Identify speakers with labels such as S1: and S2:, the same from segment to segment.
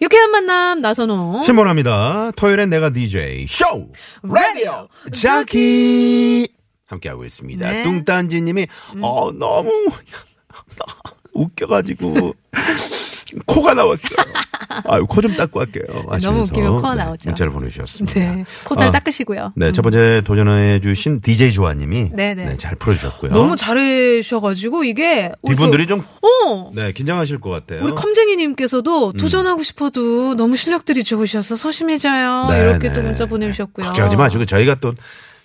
S1: 유쾌한 만남 나선홍
S2: 네. 신보라입니다. 토요일엔 내가 DJ 쇼 라디오 자키 함께하고 있습니다.
S1: 네. 음.
S2: 뚱딴지님이 어 너무 웃겨가지고 코가 나왔어요. 아유 코 좀 닦고 할게요. 하시면서
S1: 너무 웃기면 코가
S2: 네,
S1: 나오죠.
S2: 문자를 보내주셨습니다.
S1: 네. 코 잘
S2: 아,
S1: 닦으시고요.
S2: 네, 첫 번째 도전해주신 DJ 조아님이
S1: 네, 네.
S2: 네, 잘 풀어주셨고요.
S1: 너무 잘해주셔가지고 이게 우리
S2: 이분들이
S1: 그-
S2: 좀
S1: 어
S2: 네, 긴장하실 것 같아요.
S1: 우리
S2: 음.
S1: 컴쟁이님께서도 도전하고 싶어도 너무 실력들이 좋으셔서 소심해져요
S2: 네,
S1: 이렇게
S2: 네.
S1: 또 문자 보내주셨고요.
S2: 걱정하지 마시고 저희가 또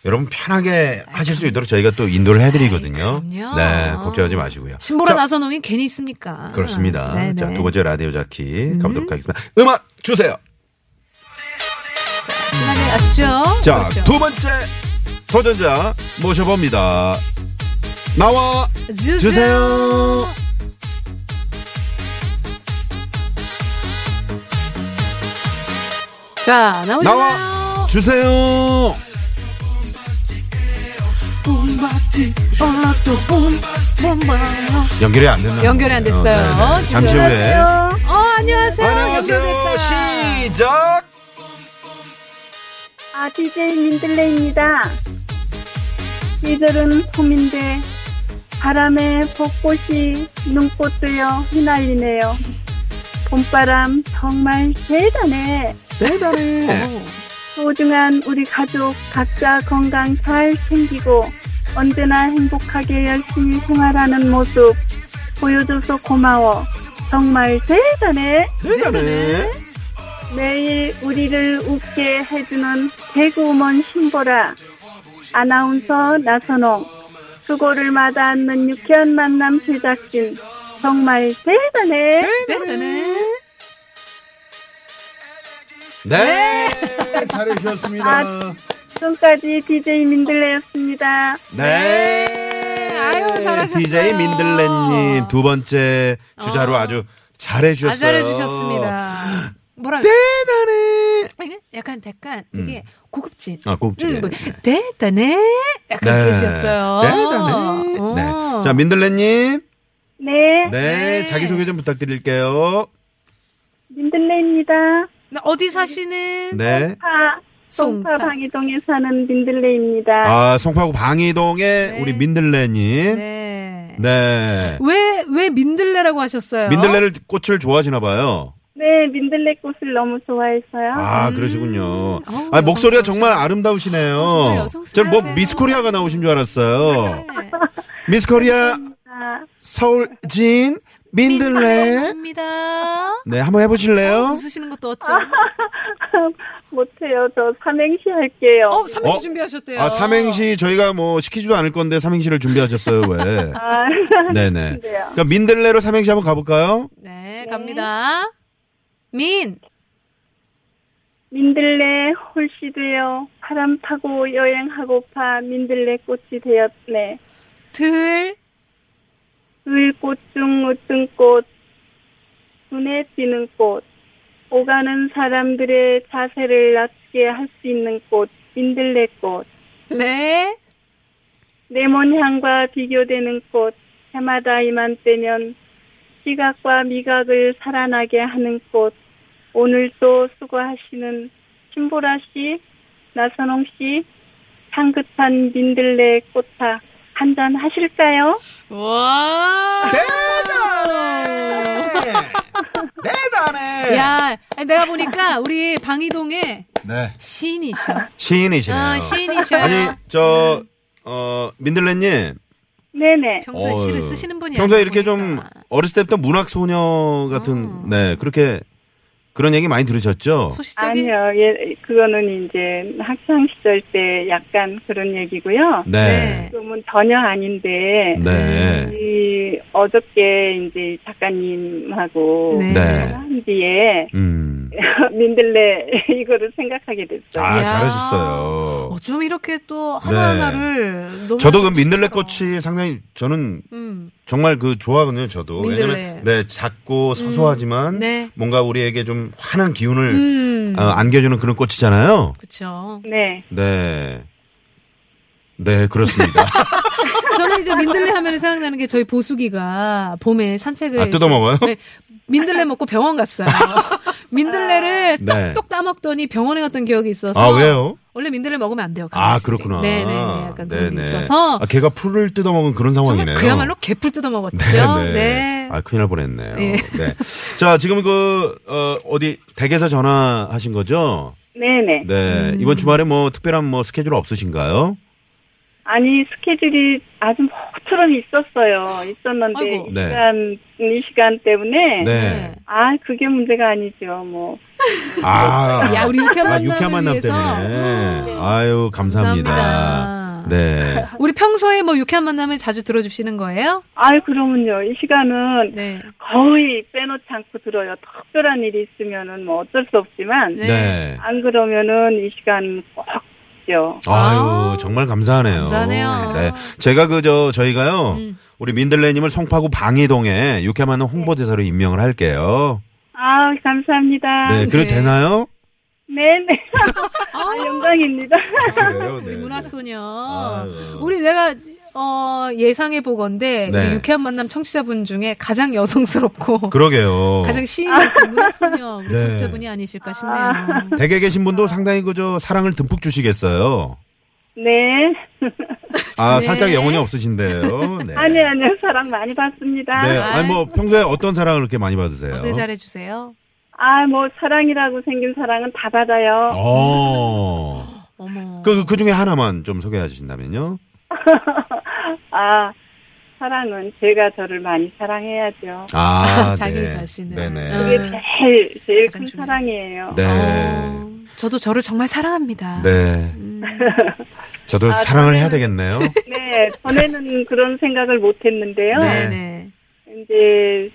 S2: 여러분 편하게 하실 수 있도록 저희가 또 인도를 해드리거든요.
S1: 그럼요.
S2: 네, 걱정하지 마시고요.
S1: 신보라
S2: 자,
S1: 나선홍이 괜히 있습니까?
S2: 그렇습니다.
S1: 네, 음.
S2: 자,
S1: 네.
S2: 두 번째 라디오 자키 가보도록 하겠습니다. 음악 주세요.
S1: 신나게 아시죠?
S2: 자,
S1: 그렇죠.
S2: 두 번째 도전자 모셔봅니다. 나와
S1: 주세요.
S2: 주세요.
S1: 자 나오시나요?
S2: 나와 주세요. 연결이 안 됐나요?
S1: 연결이 안 됐어요.
S2: 어, 네, 네. 잠시
S1: 지금.
S2: 후에
S1: 어 안녕하세요.
S2: 안녕하세요.
S1: 연결됐어요.
S2: 시작.
S3: 아, DJ 민들레입니다. 이들은 봄인데 바람에 벚꽃이 눈꽃들여 휘날리네요. 봄바람 정말 대단해.
S2: 대단해.
S3: 소중한 우리 가족 각자 건강 잘 챙기고 언제나 행복하게 열심히 생활하는 모습 보여줘서 고마워. 정말 대단해.
S2: 대단해.
S3: 매일 우리를 웃게 해주는 개그우먼 신보라 아나운서 나선홍 수고를 마다 않는 유쾌한 만남 제작진 정말 대단해
S2: 네.
S1: 아,
S2: 잘해주셨습니다.
S3: 지금까지 DJ 민들레였습니다
S2: 네.
S1: 아유, 잘하셨어요.
S2: DJ 민들레님 두 번째 주자로
S1: 어.
S2: 아주 잘해주셨어요.
S1: 아,
S2: 네.
S1: 잘해주셨습니다. 뭐랄까?
S2: 대단해.
S1: 이게 약간 약간 되게 고급진.
S2: 아, 꼽지.
S1: 음, 뭐, 대단해. 약간
S2: 네.
S1: 그러셨어요.
S2: 대단해.
S1: 어.
S2: 네. 자, 민들레님.
S3: 네,
S2: 네. 자기소개 좀 부탁드릴게요.
S3: 민들레입니다
S1: 나 어디 사시는?
S2: 네.
S3: 파
S1: 송파.
S3: 송파 방이동에 사는 민들레입니다
S2: 아, 송파구 방이동의 우리 민들레님. 네.
S1: 네. 왜, 왜 민들레라고 하셨어요?
S2: 민들레를 꽃을 좋아하시나 봐요.
S3: 네 민들레 꽃을 너무 좋아해서요
S2: 아, 그러시군요.
S1: 음. 어우,
S2: 아, 목소리가
S1: 여성스러우셔.
S2: 정말 아름다우시네요.
S1: 어, 정말 여성스러우세요.
S2: 저뭐 미스 코리아가 나오신 줄 알았어요.
S1: 네.
S2: 미스 코리아
S3: 아,
S2: 서울진 민들레.
S1: 민들레입니다.
S2: 네, 한번 해보실래요?
S1: 웃으시는 것도 어쩜.
S3: 아, 못해요 저 삼행시 할게요
S1: 어, 삼행시
S2: 어?
S1: 준비하셨대요.
S2: 아, 삼행시 저희가 뭐 시키지도 않을 건데 삼행시를 준비하셨어요, 왜?
S3: 아,
S2: 네네.
S3: 근데요.
S2: 그러니까 민들레로 삼행시 한번 가볼까요?
S1: 네, 갑니다. 민.
S3: 민들레 홀씨 되어 바람 타고 여행하고파 민들레 꽃이 되었네.
S1: 들.
S3: 을꽃 중 으뜬 꽃, 눈에 띄는 꽃, 오가는 사람들의 자세를 낮게 할 수 있는 꽃, 민들레 꽃,
S1: 레.
S3: 레몬향과 비교되는 꽃, 해마다 이맘때면 시각과 미각을 살아나게 하는 꽃, 오늘도 수고하시는 신보라 씨, 나선홍 씨, 향긋한 민들레 꽃차 한잔 하실까요?
S1: 와. 네.
S3: 네.
S2: 대단해! 대단해!
S1: 야, 아니, 내가 보니까 우리 방이동의
S2: 네.
S1: 시인이셔.
S2: 시인이시네요.
S1: 어, 시인이셔요. 음.
S2: 아니, 저, 어, 민들레님.
S3: 네네.
S1: 평소에
S2: 어,
S1: 시를 쓰시는 분이
S2: 평소에
S1: 아니라
S2: 이렇게 좀
S1: 보니까.
S2: 어렸을 때부터 문학 소녀 같은 네 그렇게 그런 얘기 많이 들으셨죠?
S1: 음. 소시적인
S3: 아니요, 예, 그거는 이제 학창 시절 때 약간 그런 얘기고요.
S2: 네.
S3: 지금은 전혀 아닌데
S2: 네.
S3: 이 어저께 이제 작가님하고
S1: 네.
S2: 네.
S3: 한 뒤에
S2: 음.
S3: 아, 예. 민들레 이거를 생각하게 됐어요.
S2: 아,
S1: 야.
S2: 잘하셨어요.
S1: 어쩜 이렇게 또 하나하나를 너무
S2: 네. 저도 그 민들레
S1: 멋있어.
S2: 꽃이 상당히 저는
S1: 음.
S2: 정말 그 좋아하거든요, 저도.
S1: 민들레. 음.
S2: 왜냐면 네, 작고 사소하지만
S1: 네.
S2: 뭔가 우리에게 좀 환한 기운을
S1: 음.
S2: 어, 안겨주는 그런 꽃이잖아요.
S1: 그렇죠.
S3: 네.
S2: 네. 네, 그렇습니다.
S1: 저는 이제 민들레 하면 생각나는 게 저희 보수기가 봄에 산책을
S2: 아, 뜯어먹어요?
S1: 네, 민들레 먹고 병원 갔어요. 민들레를
S2: 네.
S1: 똑똑 따먹더니 병원에 갔던 기억이 있어서
S2: 아, 왜요?
S1: 원래 민들레 먹으면 안 돼요.
S2: 아,
S1: 강아지들이.
S2: 그렇구나.
S1: 네네. 약간 그런 게
S2: 네네.
S1: 있어서
S2: 아, 걔가 풀을 뜯어먹은 그런
S1: 정말
S2: 상황이네요.
S1: 그야말로 개풀 뜯어 먹었죠.
S2: 네네.
S1: 네.
S2: 아, 큰일 날 뻔했네요.
S1: 네.
S2: 네. 자, 지금 그, 어, 어디, 댁에서 전화하신 거죠?
S3: 네네.
S2: 네.
S1: 음.
S2: 이번 주말에 뭐 특별한 뭐 스케줄 없으신가요?
S3: 아니 스케줄이 아주 모처럼 있었어요. 있었는데
S1: 아이고.
S3: 이
S2: 네.
S3: 시간 이 시간 때문에
S2: 네.
S3: 아 그게 문제가 아니죠. 뭐
S2: 아.
S1: 야, 우리 유쾌한
S2: 아,
S1: 만남을
S2: 유쾌한 만남
S1: 위해서.
S2: 때문에. 아유, 감사합니다.
S1: 감사합니다.
S2: 네.
S1: 우리 평소에 뭐 유쾌한 만남을 자주 들어주시는 거예요?
S3: 아유, 그러면요. 이 시간은
S1: 네.
S3: 거의 빼놓지 않고 들어요. 특별한 일이 있으면은 뭐 어쩔 수 없지만,
S1: 네.
S2: 네.
S3: 안 그러면은 이 시간 꼭 있죠.
S2: 아유, 정말 감사하네요.
S1: 감사하네요.
S2: 네. 제가 그, 저, 저희가요,
S1: 음.
S2: 우리 민들레님을 송파구 방이동에 유쾌한 만남 홍보대사로 임명을 할게요.
S3: 아 감사합니다.
S2: 네. 그래도
S1: 네.
S2: 되나요?
S3: 네네. 아, 영광입니다.
S2: 그래요? 네,
S1: 우리 문학소녀.
S2: 아유.
S1: 우리 내가 어 예상해 보건데
S2: 네.
S1: 우리 유쾌한 만남 청취자분 중에 가장 여성스럽고
S2: 그러게요.
S1: 가장 시인 같은 문학소녀 우리
S2: 네.
S1: 청취자분이 아니실까 싶네요.
S2: 댁에 계신 분도 상당히 그저 사랑을 듬뿍 주시겠어요.
S3: 네.
S2: 아,
S1: 네.
S2: 살짝 영혼이 없으신데요. 네.
S3: 아니, 아니요. 사랑 많이 받습니다.
S2: 네. 아니, 뭐, 평소에 어떤 사랑을 그렇게 많이 받으세요?
S1: 어떻게 잘해주세요?
S3: 아, 뭐, 사랑이라고 생긴 사랑은 다 받아요.
S2: 어.
S1: 어머.
S2: 그, 그 중에 하나만 좀 소개해 주신다면요?
S3: 아, 사랑은 제가 저를 많이 사랑해야죠.
S2: 아,
S1: 자기
S2: 네.
S1: 자신을.
S2: 네네.
S1: 음.
S3: 그게 제일, 제일
S1: 가장
S3: 큰
S1: 중요해요.
S3: 사랑이에요.
S2: 네.
S1: 어, 저도 저를 정말 사랑합니다. 음.
S2: 네. 저도 사랑을 해야 되겠네요.
S3: 네, 전에는 그런 생각을 못 했는데요.
S2: 네.
S1: 네.
S3: 이제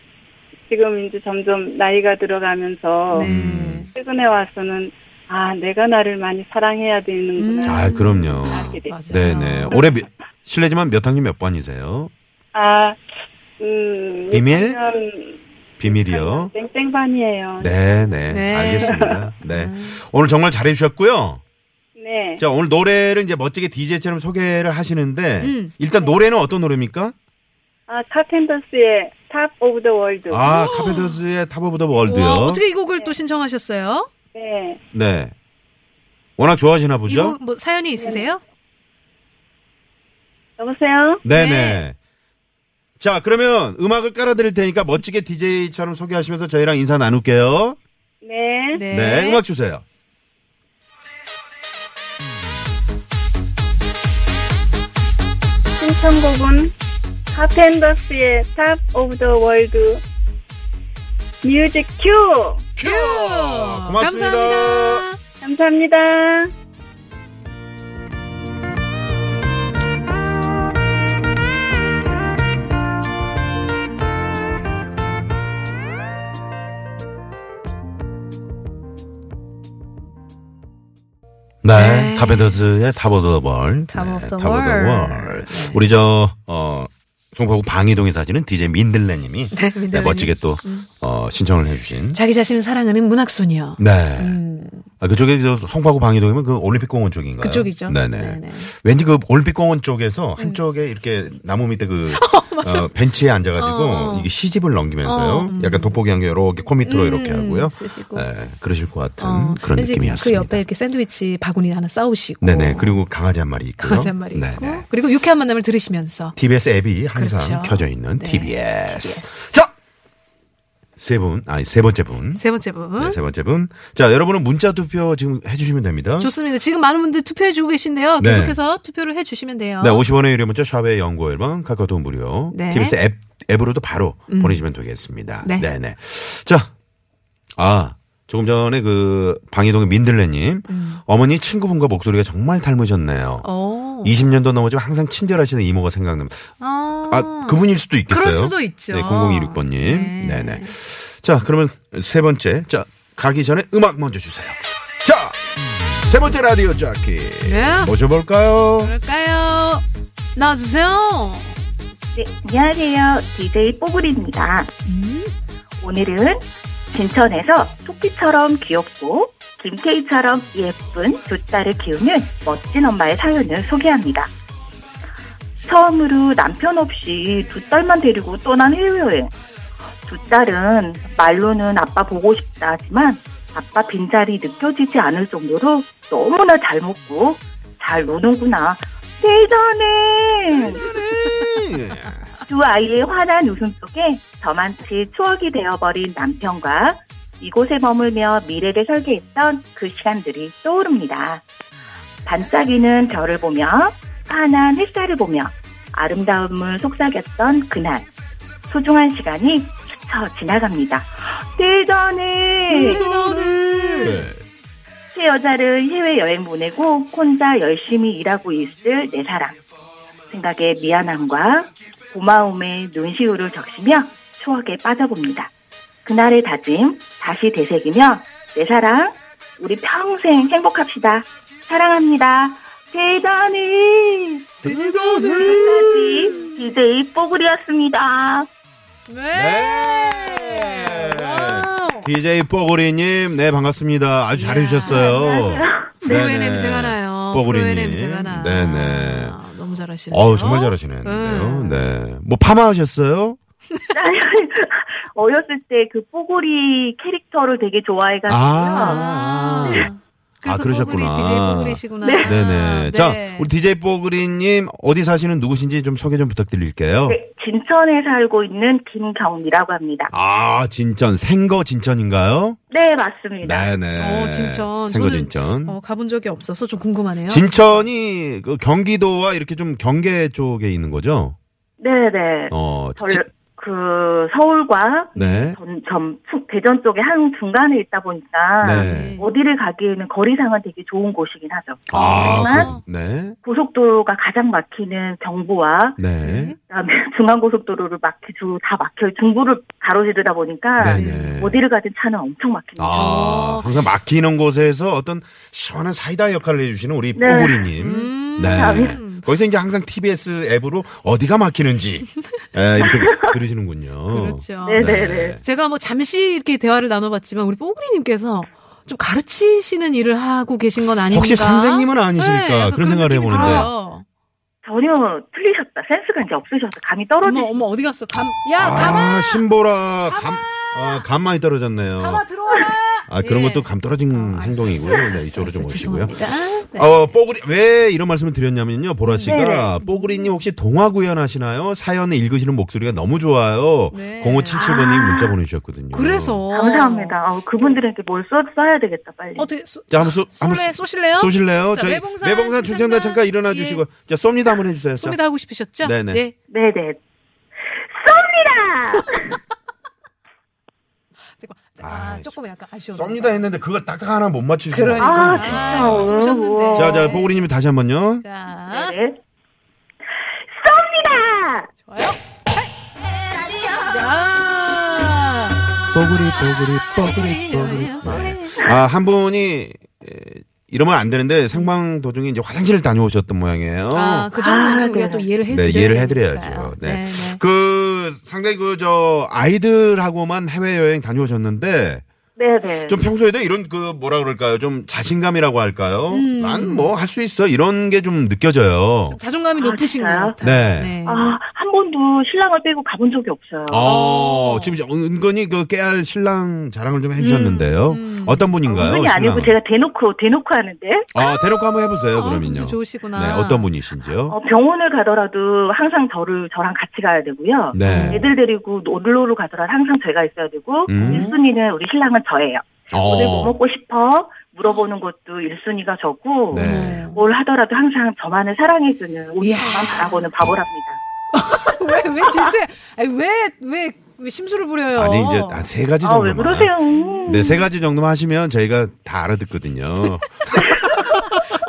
S3: 지금 이제 점점 나이가 들어가면서
S1: 네.
S2: 음.
S3: 최근에 와서는 아 내가 나를 많이 사랑해야
S1: 음.
S3: 되는구나
S2: 아, 그럼요.
S3: 알게 됐어요.
S1: 맞아요.
S2: 네네. 올해 몇- 실례지만 몇 학년 몇 번이세요?
S3: 아, 음,
S2: 비밀?
S3: 육학년
S2: 비밀이요.
S3: 땡땡반이에요.
S2: 네, 네.
S1: 네. 음.
S2: 알겠습니다. 네. 오늘 정말 잘해 주셨고요.
S3: 네.
S2: 자, 오늘 노래를 이제 멋지게 DJ처럼 소개를 하시는데
S1: 음.
S2: 일단 노래는 어떤 노래입니까?
S3: 아 카펜터스의 탑 오브 더 월드.
S2: 아, 카펜터스의 탑 오브 더 월드요.
S1: 와, 어떻게 이 곡을 또 신청하셨어요?
S3: 네.
S2: 네. 워낙 좋아하시나 보죠?
S1: 이곡 뭐 사연이 있으세요?
S3: 여보세요.
S2: 네네.
S1: 네.
S2: 자, 그러면 음악을 깔아드릴 테니까 멋지게 DJ처럼 소개하시면서 저희랑 인사 나눌게요.
S3: 네.
S2: 네, 음악 주세요.
S3: 신청곡은 카펜터스의 탑 오브 더 월드. 뮤직 큐.
S2: 큐! 고맙습니다.
S1: 감사합니다.
S3: 감사합니다.
S2: 네,
S1: 네.
S2: 카펜터스의 탑 오브 더 월.
S1: 탑
S2: 네,
S1: 오브 더
S2: 탑 오브 더
S1: 월.
S2: 월.
S1: 네.
S2: 우리 저, 어, 송파구 방이동에 사시는 DJ 민들레님이
S1: 네, 민들레님.
S2: 멋지게 또, 어, 신청을 해주신.
S1: 자기 자신을 사랑하는 문학소녀.
S2: 네. 아, 그쪽에 저 송파구 방이동이면 그 올림픽공원 쪽인가요?
S1: 음. 그쪽이죠.
S2: 네네.
S1: 네네. 음.
S2: 왠지 그 올림픽공원 쪽에서 한쪽에 이렇게 나무 밑에 그 어, 벤치에 앉아가지고
S1: 어, 어.
S2: 이게 시집을 넘기면서요. 약간 돋보기 한게 이렇게 코 밑으로 이렇게
S1: 음,
S2: 하고요.
S1: 쓰시고.
S2: 네, 그러실 것 같은
S1: 어,
S2: 그런
S1: 왠지
S2: 느낌이었습니다.
S1: 그 옆에 이렇게 샌드위치 바구니 하나 싸우시고.
S2: 네네. 그리고 강아지 한 마리 있고요.
S1: 강아지 한 마리
S2: 네네.
S1: 있고. 그리고 유쾌한 만남을 들으시면서.
S2: TBS 앱이 항상
S1: 그렇죠.
S2: 켜져 있는
S1: 네,
S2: TBS. 자! 세 분, 아니, 세 번째 분.
S1: 세 번째 분.
S2: 네, 세 번째 분. 자, 여러분은 문자 투표 지금 해주시면 됩니다.
S1: 좋습니다. 지금 많은 분들 투표해주고 계신데요.
S2: 네.
S1: 계속해서 투표를 해주시면 돼요.
S2: 네, 50원의 유료 문자 샵의 연구 앨범 카카오톡 무료.
S1: 어. 네. 음.
S2: TBS 앱 앱으로도 바로 보내주시면 되겠습니다.
S1: 네.
S2: 네, 네. 자. 아, 조금 전에 그 방이동의 민들레님 어머니 친구분과 목소리가 정말 닮으셨네요.
S1: 음. 어.
S2: 20년도 넘어지면 항상 친절하시는 이모가 생각납니다.
S1: 아,
S2: 아, 그분일 수도 있겠어요.
S1: 그럴 수도 있죠.
S2: 네, 0026번님.
S1: 네.
S2: 네. 네 자, 그러면 세 번째. 자, 가기 전에 음악 먼저 주세요. 자, 세 번째 라디오 자키.
S1: 네.
S2: 모셔볼까요?
S1: 그럴까요? 나와주세요.
S4: 네, 안녕하세요. DJ 뽀글입니다. 오늘은 진천에서 토끼처럼 귀엽고 김태희처럼 예쁜 두 딸을 키우는 멋진 엄마의 사연을 소개합니다. 처음으로 남편 없이 두 딸만 데리고 떠난 해외여행. 두 딸은 말로는 아빠 보고 싶다 하지만 아빠 빈자리 느껴지지 않을 정도로 너무나 잘 먹고 잘 노는구나. 대단해!
S1: 네.
S4: 두 아이의 환한 웃음 속에 저만치 추억이 되어버린 남편과 이곳에 머물며 미래를 설계했던 그 시간들이 떠오릅니다. 반짝이는 별을 보며 환한 햇살을 보며 아름다움을 속삭였던 그날 소중한 시간이 스쳐 지나갑니다. 대단해!
S2: 네.
S4: 새 여자를 해외여행 보내고 혼자 열심히 일하고 있을 내 사랑. 생각에 미안함과 고마움의 눈시울을 적시며 추억에 빠져봅니다. 그날의 다짐 다시 되새기며 내 사랑 우리 평생 행복합시다. 사랑합니다. 대단히 지금까지 DJ 뽀글이었습니다.
S1: 네.
S2: 네.
S1: 와우.
S2: DJ 뽀구리님, 네, 반갑습니다. 아주 잘해주셨어요.
S1: 프로의
S2: 네네.
S1: 냄새가 나요.
S2: 뽀구리님.
S1: 프로의 냄새가 나.
S2: 네네.
S1: 아, 너무 잘하시네요.
S2: 어우, 정말 잘하시네요.
S1: 음.
S2: 네. 뭐, 파마하셨어요?
S4: 어렸을 때 그 뽀글이 캐릭터를 되게 좋아해가지고요.
S2: 아.
S1: 그래서
S2: 아, 그러셨구나.
S1: 뽀글이, DJ 뽀글이시구나.
S2: 네네.
S1: 네.
S2: 자, 우리 DJ 뽀그리님, 어디 사시는 누구신지 좀 소개 좀 부탁드릴게요.
S4: 네, 진천에 살고 있는 김경미라고 합니다.
S2: 아, 진천. 생거 진천인가요?
S4: 네, 맞습니다.
S2: 네네.
S1: 어, 진천.
S2: 생거
S1: 저는,
S2: 진천.
S1: 어, 가본 적이 없어서 좀 궁금하네요.
S2: 진천이 그 경기도와 이렇게 좀 경계 쪽에 있는 거죠?
S4: 네, 네.
S2: 어,
S4: 절,
S2: 지-
S4: 그 서울과
S2: 네.
S4: 전, 전 충- 대전 쪽에 한 중간에 있다 보니까
S2: 네.
S4: 어디를 가기에는 거리상은 되게 좋은 곳이긴 하죠. 하지만
S2: 아, 그, 네.
S4: 고속도로가 가장 막히는 경부와
S2: 네.
S4: 그다음에 중앙고속도로를 막히 주로 다 막혀 중부를 가로지르다 보니까
S2: 네네.
S4: 아, 어디를 가든 차는 엄청 막힙니다.
S2: 아, 항상 막히는 곳에서 어떤 시원한 사이다 역할을 해주시는 우리
S4: 네.
S2: 뽀구리님.
S1: 음.
S2: 네. 거기서 이제 항상 TBS 앱으로 어디가 막히는지 에, 이렇게 들으시는군요.
S1: 그렇죠.
S4: 네. 네네네.
S1: 제가 뭐 잠시 이렇게 대화를 나눠봤지만 우리 뽀글이님께서 좀 가르치시는 일을 하고 계신 건 아닌가?
S2: 혹시 선생님은 아니실까?
S1: 네, 약간
S2: 그런 생각을
S1: 느낌이
S2: 해보는데.
S1: 들어요.
S4: 전혀 틀리셨다. 센스가 이제 없으셔서 감이 떨어지.
S1: 어머 어머 어디 갔어? 감, 야
S2: 아,
S1: 감아
S2: 신보라 감, 아, 감 많이 떨어졌네요.
S1: 감아 들어와.
S2: 아, 그런
S1: 예.
S2: 것도 감 떨어진
S1: 아,
S2: 행동이고요.
S1: 알았어, 알았어,
S2: 네, 이쪽으로 좀
S1: 알았어.
S2: 오시고요.
S1: 죄송합니다. 네.
S2: 어, 뽀글이, 왜 이런 말씀을 드렸냐면요. 보라 씨가,
S4: 네네.
S2: 뽀글이님 혹시 동화구연 하시나요? 사연을 읽으시는 목소리가 너무 좋아요.
S1: 네.
S2: 0577번님 문자 보내주셨거든요.
S1: 그래서
S4: 감사합니다. 어, 그분들한테 뭘 써, 써야 되겠다 빨리.
S1: 어떻게 쏘,
S2: 자, 한번 쏘, 한번
S1: 쏠래 아, 쏘실래요?
S2: 쏘실래요?
S1: 자,
S2: 저희
S1: 매봉산,
S2: 매봉산 중창단
S1: 중창단.
S2: 잠깐 일어나
S1: 예.
S2: 주시고 자 쏩니다 한번 해주세요. 자.
S1: 쏩니다 하고 싶으셨죠?
S2: 네네.
S1: 예.
S4: 네네. 쏩니다.
S1: 잠깐,
S2: 아이,
S1: 아, 조금 약간 아쉬워.
S2: 쏩니다 했는데 그걸 딱딱 하나 못 맞추시고.
S1: 그러니까.
S4: 아,
S1: 아,
S4: 진짜.
S1: 쏘셨는데.
S2: 자, 자, 뽀글이님이 다시 한 번요.
S1: 자,
S4: 네. 쏩니다.
S1: 좋아요. 야. 뽀글이, 뽀글이, 뽀글이,
S2: 아, 한 분이 에, 이러면 안 되는데 생방 도중에 이제 화장실을 다녀오셨던 모양이에요.
S1: 아, 그 정도는
S4: 아,
S1: 우리가
S4: 네.
S1: 또 이해를 해드려야
S2: 네, 이해를
S1: 되니까요.
S2: 해드려야죠. 네.
S1: 네, 네.
S2: 그 상당히 그 저 아이들하고만 해외 여행 다녀오셨는데
S4: 네네.
S2: 좀 평소에도 이런 그 뭐라 그럴까요? 좀 자신감이라고 할까요?
S1: 음.
S2: 난 뭐 할 수 있어 이런 게 좀 느껴져요.
S1: 자존감이 높으신 것
S4: 진짜요?
S1: 같아요.
S2: 그 네.
S4: 아, 한 번도 신랑을 빼고 가본 적이 없어요.
S2: 어, 지금 이제 은근히 그 깨알 신랑 자랑을 좀 해주셨는데요.
S1: 음,
S2: 어떤 분인가요?
S4: 은근히 아니고
S2: 신랑은?
S4: 제가 대놓고, 대놓고 하는데,
S2: 아, 대놓고 한번 해보세요,
S1: 아,
S2: 그러면요.
S1: 그래서 좋으시구나.
S2: 네, 어떤 분이신지요?
S4: 어, 병원을 가더라도 항상 저를, 저랑 같이 가야 되고요.
S2: 네.
S4: 애들 데리고 놀러를 가더라도 항상 제가 있어야 되고,
S2: 음.
S4: 일순위는 우리 신랑은 저예요.
S2: 어.
S4: 오늘 뭐 먹고 싶어? 물어보는 것도 일순위가 저고,
S2: 네.
S4: 뭘 하더라도 항상 저만을 사랑해주는 온천만 바라보는 바보랍니다.
S1: 왜, 왜 질투해? 아니, 왜, 왜 왜 심술을 부려요?
S2: 아니 이제 한 세 가지
S4: 네. 아,
S2: 정도만.
S4: 왜 그러세요? 음.
S2: 네, 세 가지 정도만 하시면 저희가 다 알아듣거든요.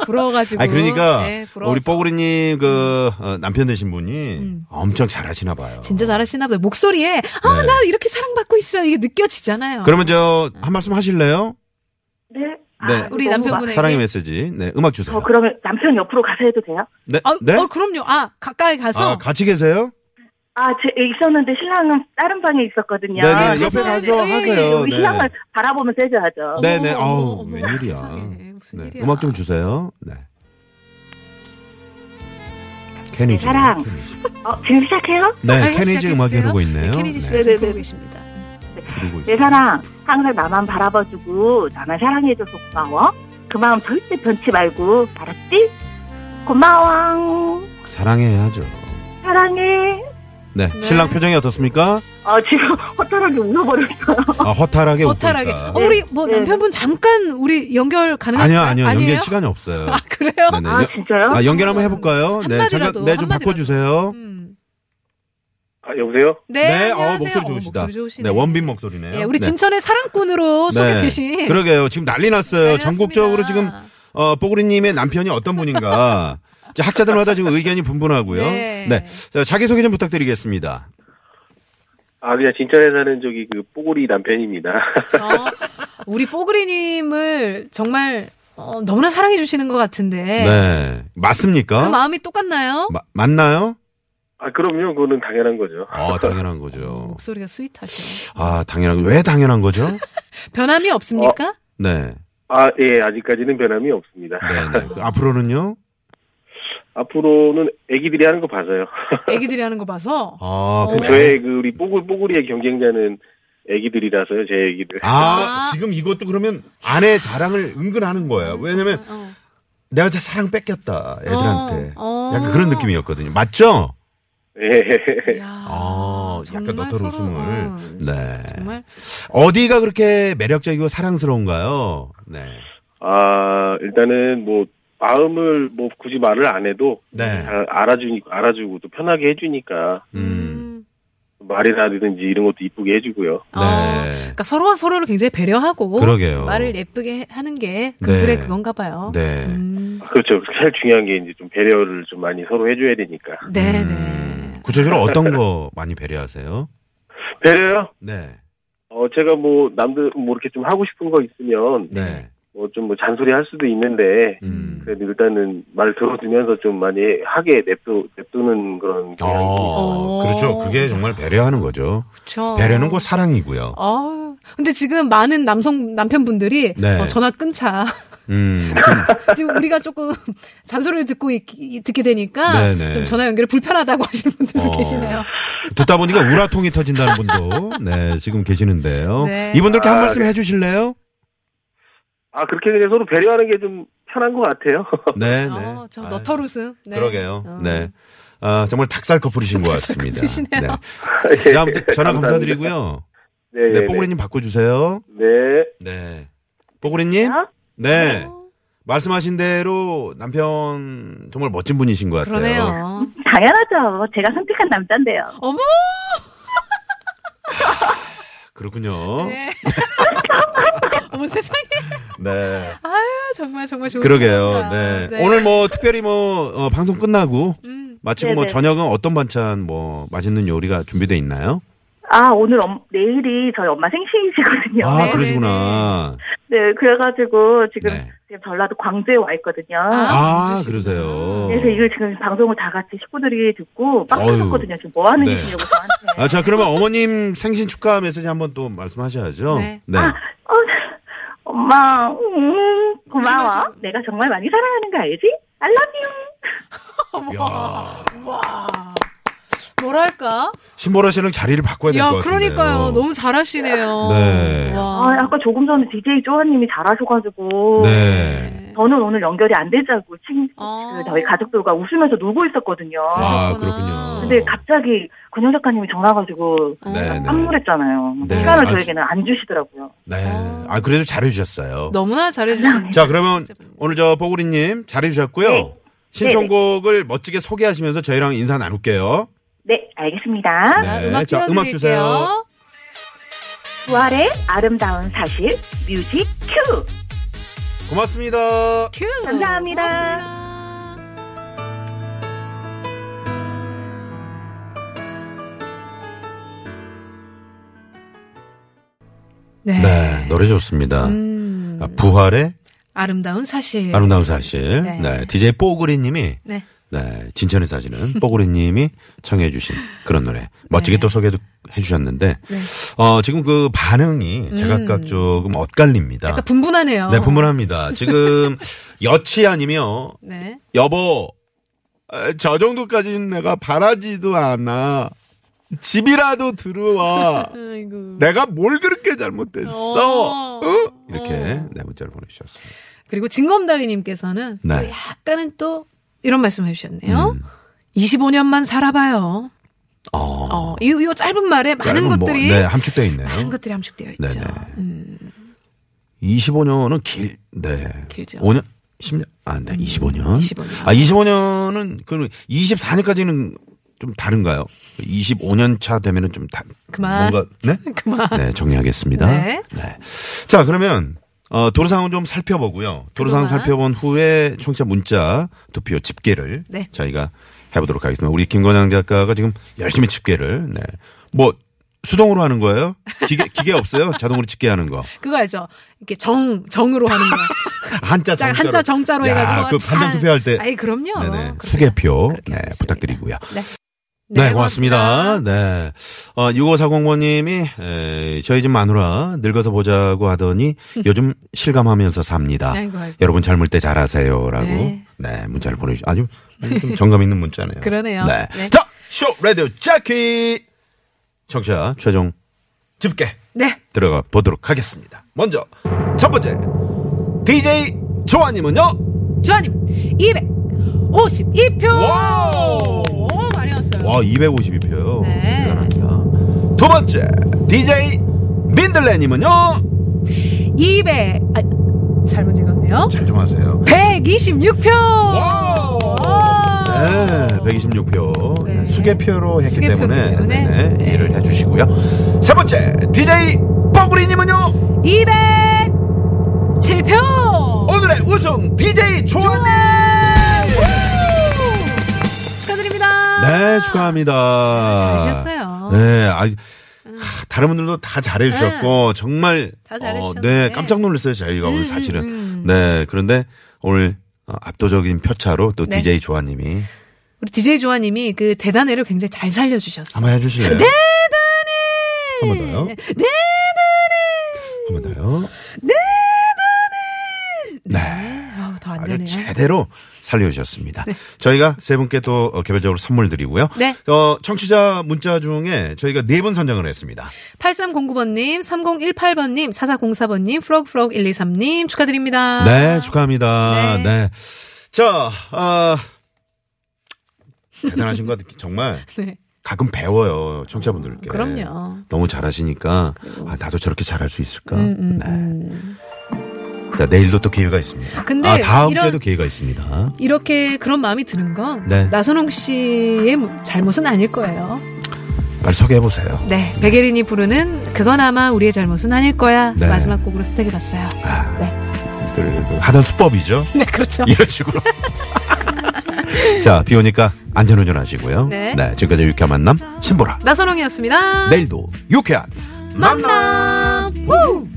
S1: 부러워가지고.
S2: 아 그러니까
S1: 네, 부러워서.
S2: 우리 뽀구리님 그 어, 남편 되신 분이 엄청 잘하시나 봐요.
S1: 음. 진짜 잘하시나 보다. 목소리에 아,
S2: 네.
S1: 나 이렇게 사랑받고 있어. 이게 느껴지잖아요.
S2: 그러면 저 한 말씀 하실래요?
S4: 네.
S2: 네.
S4: 아,
S1: 우리
S4: 너무
S1: 남편분에게.
S4: 마-
S2: 사랑의 메시지. 네, 음악 주세요.
S4: 저 어, 그러면 남편 옆으로 가서 해도 돼요?
S2: 네,
S1: 아,
S2: 네.
S1: 어, 그럼요. 아, 가까이 가서.
S2: 아 같이 계세요?
S4: 아, 제 있었는데 신랑은 다른 방에 있었거든요.
S2: 네네
S1: 가서
S2: 옆에
S1: 해야지.
S2: 가서
S1: 에이,
S2: 하세요.
S4: 우리
S2: 네.
S4: 신랑을 바라보면서 해줘야죠.
S1: 네.
S2: 네네.
S1: 어머,
S2: 아우
S1: 어머,
S2: 웬일이야.
S1: 세상에, 무슨
S2: 네,
S1: 일이야.
S2: 음악 좀 주세요. 네. 케니지.
S4: 사랑. 어, 지금 시작해요?
S2: 네,
S1: 아이고,
S2: 케니지 음악
S1: 시작했어요?
S2: 해놓고 있네요.
S1: 네, 케니지 씨가
S4: 네.
S1: 지금
S4: 네네네.
S1: 보고 계십니다.
S2: 부르고
S4: 내
S2: 있어요.
S4: 사랑, 항상 나만 바라봐주고 나만 사랑해줘서 고마워. 그 마음 절대 변치 말고 알았지? 고마워.
S2: 사랑해야죠.
S4: 사랑해.
S2: 네, 신랑 표정이 어떻습니까?
S4: 어, 지금 허탈하게 웃어버렸어요.
S2: 아, 허탈하게
S1: 허탈하게.
S2: 웃고 있다.
S1: 어, 우리 뭐
S4: 네.
S1: 남편분 잠깐 우리 연결 가능할까요?
S2: 아니요, 아니요.
S1: 아니에요?
S2: 연결 시간이 없어요.
S1: 아, 그래요?
S2: 네네.
S4: 아,
S2: 연-
S4: 진짜요?
S2: 아, 연결 한번 해볼까요? 네, 잠깐,
S1: 한마디라도,
S2: 네, 좀
S1: 한마디라도.
S2: 바꿔주세요.
S1: 음.
S5: 아, 여보세요?
S1: 네,
S2: 어,
S1: 안녕하세요.
S2: 목소리
S1: 어,
S2: 좋으시다.
S1: 목소리 좋으시네.
S2: 네, 원빈 목소리네요.
S1: 예, 우리
S2: 네.
S1: 진천의 사랑꾼으로
S2: 네.
S1: 소개되신. 네,
S2: 그러게요. 지금 난리 났어요.
S1: 난리
S2: 전국적으로 지금,
S1: 났습니다.
S2: 어, 뽀구리님의 남편이 어떤 분인가. 이제 학자들마다 지금 의견이 분분하고요.
S1: 네.
S2: 자, 자기소개 좀 부탁드리겠습니다.
S5: 아, 그냥 진천에 사는 저기 그 뽀글이 남편입니다.
S1: 어, 우리 뽀그리님을 정말 어, 너무나 사랑해 주시는 것 같은데
S2: 네.
S1: 그
S2: 맞습니까?
S1: 마음이 똑같나요?
S2: 어? 마- 맞나요?
S5: 아, 그럼요. 그거는 당연한 거죠.
S2: 어, 당연한 거죠.
S1: 목소리가 스윗하셔.
S2: 아, 당연한, 거- 왜 당연한 거죠?
S1: 변함이 없습니까?
S2: 네.
S5: 아, 예, 아직까지는 변함이 없습니다.
S2: 네네. 그 앞으로는요?
S5: 앞으로는 애기들이 하는 거 봐서요.
S1: 애기들이 하는 거 봐서.
S2: 아,
S1: 어.
S2: 그-
S5: 저의 그 우리 뽀글뽀글이의 경쟁자는 애기들이라서요, 제 애기들.
S2: 아,
S1: 아.
S2: 지금 이것도 그러면 아내의 자랑을 은근 하는 거예요. 왜냐면
S1: 어.
S2: 내가 제 사랑 뺏겼다, 애들한테.
S1: 어, 어.
S2: 약간 그런 느낌이었거든요. 맞죠?
S5: 예.
S1: 네. 이야,
S2: 아, 약간
S1: 정말
S2: 너털
S1: 서로,
S2: 웃음을.
S1: 어,
S2: 네.
S1: 정말
S2: 어디가 그렇게 매력적이고 사랑스러운가요? 네.
S5: 아, 일단은 뭐, 마음을 뭐 굳이 말을 안 해도
S2: 네.
S5: 잘 알아주니, 알아주고 또 편하게 해주니까
S2: 음.
S5: 말이라든지 이런 것도 이쁘게 해주고요.
S2: 네.
S1: 어. 그러니까 서로와 서로를 굉장히 배려하고
S2: 그러게요.
S1: 말을 예쁘게 해- 하는 게 금슬의
S2: 네.
S1: 그건가 봐요.
S2: 네.
S1: 음.
S5: 그렇죠. 제일 중요한 게 이제 좀 배려를 좀 많이 서로 해줘야 되니까.
S1: 네, 네.
S2: 음. 구체적으로 어떤 거 많이 배려하세요?
S5: 배려요?
S2: 네.
S5: 어, 제가 뭐, 남들, 뭐, 이렇게 좀 하고 싶은 거 있으면,
S2: 네.
S5: 뭐, 좀 뭐, 잔소리 할 수도 있는데,
S2: 음.
S5: 그래도 일단은 말 들어주면서 좀 많이 하게 냅두, 냅두는 그런 경향이
S2: 어, 그렇죠. 그게 정말 배려하는 거죠.
S1: 그렇죠.
S2: 배려는 곧 사랑이고요.
S1: 아, 근데 지금 많은 남성 남편분들이
S2: 네.
S1: 어, 전화 끊자.
S2: 음, 좀
S1: 지금 우리가 조금 잔소리를 듣고 있, 듣게 되니까
S2: 네, 네.
S1: 좀 전화 연결이 불편하다고 하시는 분들도
S2: 어.
S1: 계시네요.
S2: 듣다 보니까 우라통이 터진다는 분도 네 지금 계시는데요.
S1: 네.
S2: 이분들께 한
S5: 아,
S2: 말씀
S5: 네.
S2: 해주실래요?
S5: 아, 그렇게 그냥 서로 배려하는 게 좀 편한 것 같아요.
S2: 네, 네.
S1: 어, 저
S2: 아유,
S1: 너털 웃음. 네.
S2: 그러게요.
S1: 어.
S2: 네. 아, 정말 닭살 커플이신 것 같습니다.
S1: 커플이시네요.
S2: 네. 자, 아무튼 전화
S5: 감사합니다.
S2: 감사드리고요.
S5: 네,
S2: 네,
S5: 네,
S2: 뽀구리님 바꿔주세요.
S5: 네.
S2: 네. 뽀구리님?
S4: 어?
S2: 네. 말씀하신 대로 남편 정말 멋진 분이신 것 같아요.
S1: 그러네요.
S4: 당연하죠. 제가 선택한 남자인데요.
S1: 어머.
S2: 그렇군요. 네.
S1: 네. 어머 세상에 아, 정말 정말 좋은
S2: 네. 그러게요.
S1: 분이다.
S2: 네. 오늘 뭐 특별히 뭐 어, 방송 끝나고
S1: 음,
S2: 마치고 뭐
S4: 네네.
S2: 저녁은 어떤 반찬 뭐 맛있는 요리가 준비돼 있나요?
S4: 아, 오늘 엄, 내일이 저희 엄마 생신이시거든요.
S2: 아
S1: 네네네.
S2: 그러시구나.
S4: 네, 그래가지고 지금
S2: 네.
S4: 지금 전라도 광주에 와 있거든요.
S2: 아,
S1: 아,
S2: 그러세요.
S4: 그래서 네, 이걸 지금 방송을 다 같이 식구들이 듣고 빵
S2: 어. 어휴.
S4: 터졌거든요. 지금 뭐 하는
S2: 네.
S4: 짓이냐고 저한테.
S2: 아, 자 그러면 어머님 생신 축하 메시지 한번 또 말씀하셔야죠.
S1: 네.
S4: 어, 엄마, 음, 고마워. 내가 정말 많이 사랑하는 거 알지? I love you.
S2: 야,
S1: 뭐랄까?
S2: 신보라 씨랑 자리를 바꿔야 될
S1: 야,
S2: 것 같은데요.
S1: 그러니까요. 너무 잘하시네요.
S2: 네.
S1: 와.
S4: 아, 아까 조금 전에 DJ 쪼아님이 잘하셔가지고.
S2: 네.
S4: 저는 오늘 연결이 안 되자고 친,
S1: 아.
S4: 그 저희 가족들과 웃으면서 놀고 있었거든요.
S2: 아
S1: 그러셨구나.
S2: 그렇군요.
S4: 근데 갑자기 권영 작가님이 전화가지고
S1: 아,
S2: 네, 네.
S4: 깜놀했잖아요.
S2: 네.
S4: 시간을
S2: 아,
S4: 저에게는 안 주시더라고요.
S2: 네. 아 그래도 잘해주셨어요.
S1: 너무나 잘해주신.
S2: 자 그러면 오늘 저 뽀구리님 잘해주셨고요.
S4: 네.
S2: 신청곡을 멋지게 소개하시면서 저희랑 인사 나눌게요.
S4: 네, 알겠습니다.
S2: 네,
S1: 자, 음악
S2: 자,
S1: 띄워드릴게요.
S2: 음악 주세요.
S4: 부활의 아름다운 사실 뮤직 큐.
S2: 고맙습니다.
S1: 큐.
S4: 감사합니다.
S1: 고맙습니다. 네.
S2: 네, 노래 좋습니다.
S1: 음,
S2: 아, 부활의
S1: 아름다운 사실.
S2: 아름다운 사실.
S1: 네.
S2: 네, DJ 뽀그리 님이
S1: 네.
S2: 네, 진천에 사시는 뽀그리 님이 청해 주신 그런 노래. 멋지게
S1: 네.
S2: 또 소개도 해 주셨는데
S1: 네. 음.
S2: 어, 지금 그 반응이 제각각 조금 엇갈립니다.
S1: 약간 그러니까 어. 분분하네요.
S2: 네, 분분합니다. 지금 여치아님이요.
S1: 네.
S2: 여보, 에, 저 정도까지는 내가 바라지도 않아. 집이라도 들어와.
S1: 아이고.
S2: 내가 뭘 그렇게 잘못했어?
S1: 어.
S2: 어? 이렇게
S1: 어.
S2: 네 문자를 보내주셨습니다.
S1: 그리고 진검다리님께서는
S2: 네.
S1: 또 약간은 또 이런 말씀을 해주셨네요.
S2: 음.
S1: 25년만 살아봐요.
S2: 어,
S1: 어, 이, 이 짧은 말에 많은
S2: 짧은
S1: 것들이
S2: 뭐, 네, 함축되어 있네요.
S1: 많은 것들이 함축되어 있죠.
S2: 네네.
S1: 음,
S2: 25년은 길, 네.
S1: 길죠. 음,
S2: 5년, 10년, 아, 네, 25년.
S1: 25 년.
S2: 아, 25년은 그럼 24년까지는 좀 다른가요? 25년 차 되면은 좀 다,
S1: 그만.
S2: 뭔가 네?
S1: 그만.
S2: 네, 정리하겠습니다.
S1: 네.
S2: 자, 그러면 어, 도로 상황 좀 살펴보고요. 도로 상황
S1: 그동안.
S2: 살펴본 후에 청취자 문자 투표 집계를
S1: 네.
S2: 저희가 해보도록 하겠습니다. 우리 김건양 작가가 지금 열심히 집계를 네. 뭐 수동으로 하는 거예요? 기계 기계 없어요? 자동으로 집계하는 거.
S1: 그거 알죠? 이렇게 정, 정으로 하는 거.
S2: 한자
S1: 짝,
S2: 정자로.
S1: 한자 정자로
S2: 야,
S1: 해가지고.
S2: 그
S1: 다-
S2: 판단 투표할 때
S1: 아이, 그럼요.
S2: 네네.
S1: 그렇게-
S2: 수개표
S1: 그렇게
S2: 네,
S1: 하겠습니다.
S2: 부탁드리고요.
S1: 네.
S2: 네, 고맙습니다. 네. 어, 6540번님이, 에, 저희 집 마누라 늙어서 보자고 하더니 요즘 실감하면서 삽니다.
S1: 아이고, 아이고.
S2: 여러분 젊을 때 잘하세요. 라고.
S1: 네.
S2: 네. 문자를 보내주시 아주 좀 정감 있는 문자네요.
S1: 그러네요.
S2: 네.
S1: 네.
S2: 자, 쇼, 라디오, 자키! 청취자, 최종 집계
S1: 네.
S2: 들어가 보도록 하겠습니다. 먼저, 첫 번째. DJ 조아님은요?
S1: 주아님, 252표!
S2: 와우!
S1: 오, 많이 왔어요.
S2: 와, 252표요.
S1: 네.
S2: 대단합니다. 두 번째, DJ 민들레님은요?
S1: 200, 아, 잘못 읽었네요.
S2: 잘 좀 하세요.
S1: 126표!
S2: 와우! 네, 126표.
S1: 네.
S2: 수개표로 했기
S1: 수개표기
S2: 때문에,
S1: 때문에.
S2: 네, 네, 이해를 해주시고요. 세 번째, DJ 뻐구리님은요,
S1: 207표!
S2: 오늘의 우승 DJ 조언님!
S1: 축하드립니다.
S2: 네, 축하합니다.
S1: 잘해주셨어요. 음.
S2: 네, 아, 하, 다른 분들도 다 잘해주셨고, 정말.
S1: 네. 다 잘해주셨는데.
S2: 네, 깜짝 놀랐어요, 저희가 오늘 사실은.
S1: 음, 음.
S2: 네, 그런데 오늘 어, 압도적인 표차로 또
S1: 네.
S2: DJ 조아님이
S1: 우리 DJ 조아님이 그 대단해를 굉장히 잘 살려주셨어요.
S2: 한번 해주실래요?
S1: 대단해!
S2: 한번 더요?
S1: 네!
S2: 한 번 더요. 네.
S1: 아우, 더안
S2: 아주
S1: 네. 되네요.
S2: 제대로 살려주셨습니다. 저희가 세 분께 또 어, 개별적으로 선물 드리고요.
S1: 네.
S2: 어, 청취자 문자 중에 저희가 네 분 선정을 했습니다.
S1: 8309번님, 3018번님, 4404번님, 프로그프로그123님 축하드립니다.
S2: 네, 축하합니다.
S1: 네.
S2: 네. 자, 아, 대단하신 것 같아요. 어, 정말
S1: 네.
S2: 가끔 배워요. 청취자분들께.
S1: 그럼요.
S2: 너무 잘하시니까, 아, 나도 저렇게 잘할 수 있을까?
S1: 음, 음,
S2: 네.
S1: 음.
S2: 자, 내일도 또 기회가 있습니다.
S1: 근데
S2: 아, 다음
S1: 이런-
S2: 주에도 기회가 있습니다.
S1: 이렇게 그런 마음이 드는 건
S2: 네.
S1: 나선홍 씨의 잘못은 아닐 거예요.
S2: 빨리 소개해보세요.
S1: 네, 백예린이 부르는 그건 아마 우리의 잘못은 아닐 거야
S2: 네.
S1: 마지막 곡으로 선택해봤어요.
S2: 아,
S1: 네.
S2: 늘 그, 하던 수법이죠.
S1: 네, 그렇죠.
S2: 이런 식으로. 자, 비 오니까 안전운전 하시고요.
S1: 네.
S2: 지금까지 유쾌한 만남, 신보라.
S1: 나선홍이었습니다.
S2: 내일도 유쾌한
S1: 만남. 우!